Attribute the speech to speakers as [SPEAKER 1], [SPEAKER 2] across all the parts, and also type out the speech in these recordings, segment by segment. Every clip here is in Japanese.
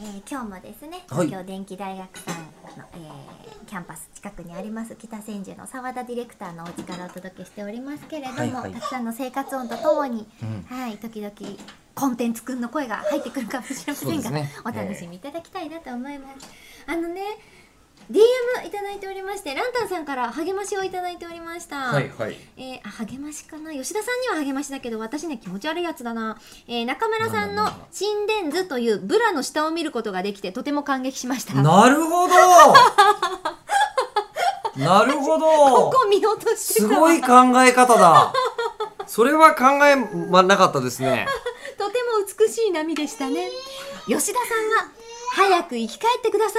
[SPEAKER 1] えー今日もですね
[SPEAKER 2] はい
[SPEAKER 1] 東京電機大学さんの、えーキャンパス近くにあります北千住の澤田ディレクターのお家からお届けしておりますけれども、
[SPEAKER 2] はいはい
[SPEAKER 1] たくさんの生活音とともに、
[SPEAKER 2] うん
[SPEAKER 1] はい時々コンテンツくんの声が入ってくるかもしれませ
[SPEAKER 2] そうんで
[SPEAKER 1] が、
[SPEAKER 2] すね
[SPEAKER 1] お楽しみいただきたいなと思います。あのね DM いただいておりましてランタンさんから励ましをいただいておりました。
[SPEAKER 2] はいはい
[SPEAKER 1] えーあ励ましかな吉田さんには励ましだけど私ね気持ち悪いやつだな、えー中村さんの
[SPEAKER 2] なんだなんだ
[SPEAKER 1] 「心電図」というブラの下を見ることができてとても感激しました
[SPEAKER 2] なる ほどなる
[SPEAKER 1] こ
[SPEAKER 2] ほど
[SPEAKER 1] こ見落として
[SPEAKER 2] す
[SPEAKER 1] た
[SPEAKER 2] ごい考え方だそれは考えまなかったですね
[SPEAKER 1] とても美しい波でしたね吉田さんが「早く生き返ってくださ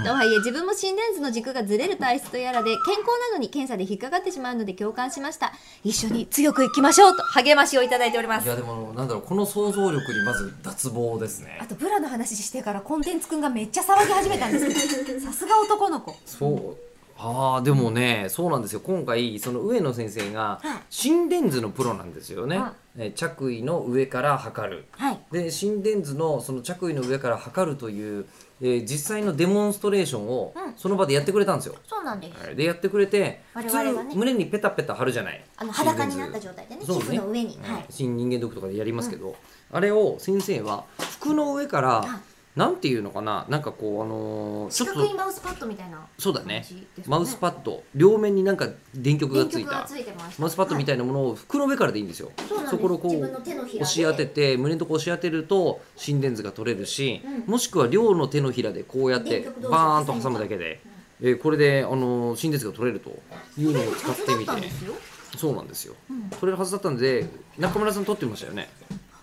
[SPEAKER 1] い」とはいえ自分も心電図の軸がずれる体質とやらで健康なのに検査で引っかかってしまうので共感しました一緒に強くいきましょうと励ましをいただいておりま
[SPEAKER 2] い
[SPEAKER 1] す
[SPEAKER 2] やでもなんだろうこの想像力にまず脱帽です
[SPEAKER 1] あ
[SPEAKER 2] ね
[SPEAKER 1] とブラの話してからコンテンツくんがめっちゃ騒ぎ始めたんです けどさすが男の子
[SPEAKER 2] そうあーでもねそうなんですよ今回その上野先生が
[SPEAKER 1] はい
[SPEAKER 2] 心電図のプロなんですよね
[SPEAKER 1] は
[SPEAKER 2] え着衣の上から測る
[SPEAKER 1] はい
[SPEAKER 2] で心電図のその着衣の上から測るという、えー実際のデモンストレーションを
[SPEAKER 1] うん
[SPEAKER 2] その場でやってくれたんですよ、
[SPEAKER 1] そうなんです
[SPEAKER 2] でやってくれて
[SPEAKER 1] 我
[SPEAKER 2] 普
[SPEAKER 1] 々はね
[SPEAKER 2] 通胸にペタペタ貼るじゃない
[SPEAKER 1] あの裸になった状態でね皮
[SPEAKER 2] そうね
[SPEAKER 1] 膚の上に、
[SPEAKER 2] うん
[SPEAKER 1] はい
[SPEAKER 2] 新人間ドックとかでやりますけど、あれを先生は服の上から、なんていうのかななんかこうあのーち
[SPEAKER 1] 四
[SPEAKER 2] ょっ
[SPEAKER 1] 角い
[SPEAKER 2] と
[SPEAKER 1] マウスパッドみたいな
[SPEAKER 2] そうだね
[SPEAKER 1] 感じですかね
[SPEAKER 2] マウスパッド両面になんか電極が
[SPEAKER 1] 電
[SPEAKER 2] つい
[SPEAKER 1] 極が
[SPEAKER 2] た
[SPEAKER 1] ついてました
[SPEAKER 2] マウスパッドみ
[SPEAKER 1] た
[SPEAKER 2] たいなものを服の上からでいいんですよ、
[SPEAKER 1] いそうなんです
[SPEAKER 2] こをこ
[SPEAKER 1] 自
[SPEAKER 2] う
[SPEAKER 1] 分の手のひらで
[SPEAKER 2] 押し当てて胸のとこ押し当てると心電図が取れるし、
[SPEAKER 1] うん
[SPEAKER 2] もしくは両の手のひらでこうやって
[SPEAKER 1] 電極同士
[SPEAKER 2] バーンと挟むだけで、えーこれで、あのー心電図が取れるというのを使ってみ
[SPEAKER 1] だったんで
[SPEAKER 2] て
[SPEAKER 1] すよ
[SPEAKER 2] そうなんですよ、
[SPEAKER 1] うん
[SPEAKER 2] 取れるはずだったんで中村さん取ってみましたよね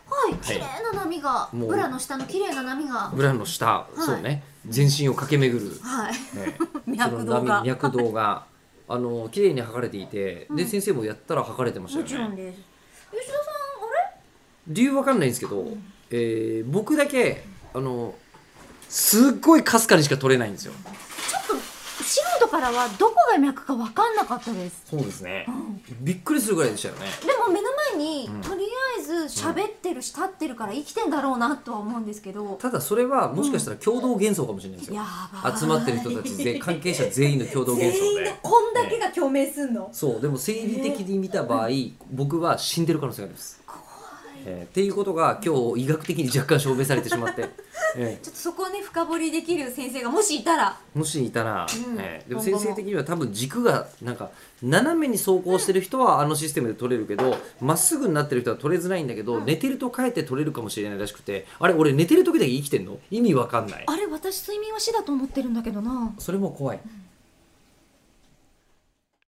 [SPEAKER 1] はい綺麗な波が、
[SPEAKER 2] もう
[SPEAKER 1] ブラの下の綺麗な波が
[SPEAKER 2] ブラの下、
[SPEAKER 1] い
[SPEAKER 2] そうね全身を駆 け巡る、
[SPEAKER 1] はい
[SPEAKER 2] ね
[SPEAKER 1] 脈動が
[SPEAKER 2] その波脈動があのー綺麗に測れていて、で先生もやったら測れてました
[SPEAKER 1] も
[SPEAKER 2] よね
[SPEAKER 1] ちろんです吉田さ
[SPEAKER 2] 理由わかんないんですけど、えー僕だけあのすっごいかすかにしか取れないんですよ
[SPEAKER 1] んあれちょっと素人からはどこが脈か分かんなかったです
[SPEAKER 2] そうですね、びっくりするぐらいでしたよね
[SPEAKER 1] でも目の前に、
[SPEAKER 2] ん
[SPEAKER 1] とりあえず喋ってるし立ってるから生きてんだろうなとは思うんですけど
[SPEAKER 2] ただそれはもしかしたら共同幻想かもしれないですよ、
[SPEAKER 1] やばい
[SPEAKER 2] 集まってる人たちぜ関係者全員の共同幻
[SPEAKER 1] 全
[SPEAKER 2] 想
[SPEAKER 1] 員
[SPEAKER 2] で
[SPEAKER 1] がこんだけが共鳴すんの、
[SPEAKER 2] そうでも生理的に見た場合、僕は死んでる可能性がありますえーっていうことが今日医学的に若干証明されてしまって、え
[SPEAKER 1] ちょっとそこをね深掘りできる先生がもしいたら
[SPEAKER 2] ーもしいたら、
[SPEAKER 1] うん
[SPEAKER 2] えーでも先生的には多分軸がなんか斜めに走行してる人はあのシステムで取れるけどまっすぐになってる人は取れづらいんだけど、寝てるとかえって取れるかもしれないらしくてあれ俺寝てる時だけ生きてんの意味わかんない
[SPEAKER 1] あれ私睡眠は死だと思ってるんだけどな
[SPEAKER 2] それも怖い